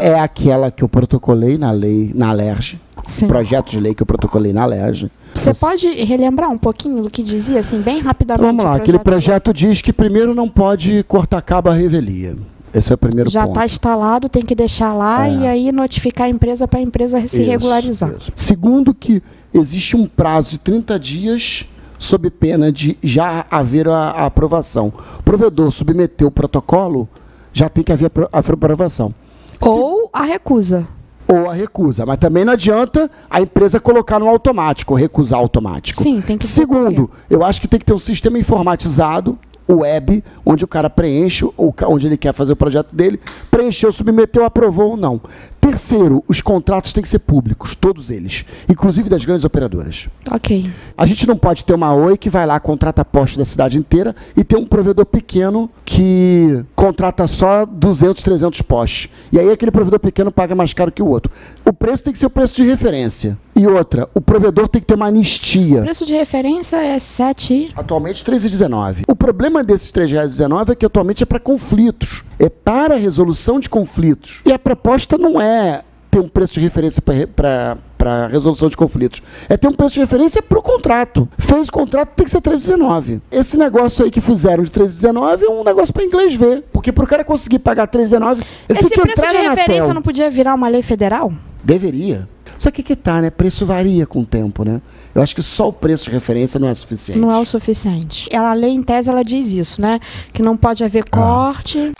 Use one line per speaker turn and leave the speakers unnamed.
É aquela que eu protocolei na lei, na LERJ,
Sim.
projeto de lei que eu protocolei na LERJ.
Você pode relembrar um pouquinho do que dizia, assim, bem rapidamente?
Então, Vamos lá,
o
aquele projeto diz que primeiro não pode cortar cabo à revelia. Esse é o primeiro
Já tá-
ponto.
está instalado, tem que deixar lá
É.
e aí notificar a empresa para a empresa se
Isso,
regularizar.
isso. Segundo, que existe um prazo de 30 dias sob pena de já haver a, a aprovação. O provedor submeteu o protocolo, já tem que haver a apro- a aprovação.
Ou a recusa.
Ou a recusa. Mas também não adianta a empresa colocar no automático, recusar automático.
Sim, tem que dizer por
Segundo,
quê.
eu acho que tem que ter um sistema informatizado, web, onde o cara preenche, o ca- onde ele quer fazer o projeto dele, preencheu, submeteu, aprovou ou não. Terceiro, os contratos têm que ser públicos, todos eles, inclusive das grandes operadoras.
Ok.
A gente não pode ter uma Oi que vai lá, contrata poste da cidade inteira e ter um provedor pequeno que contrata só 200, 300 postes. E aí aquele provedor pequeno paga mais caro que o outro. O preço tem que ser o preço de referência. E outra, o provedor tem que ter uma anistia.
Preço de referência é 7.
Atualmente R$ 3,19. O problema desses R$ 3,19 é que atualmente é para conflitos. É para a resolução de conflitos. E a proposta não é ter um preço de referência para para resolução de conflitos. É ter um preço de referência para o contrato. Fez o contrato, tem que ser 3,19. Esse negócio aí que fizeram de 3,19 é um negócio para inglês ver. Porque para o cara conseguir pagar 3,19, ele
Esse
tem que
preço
entrar
de
na Anatel.
referência não podia virar uma lei federal?
Deveria. Só que que tá, né? Preço varia com o tempo, né? Eu acho que só o preço de referência não é suficiente. Ah.
Não é o suficiente. Ela, a lei em tese, ela diz isso, né? Que não pode haver corte.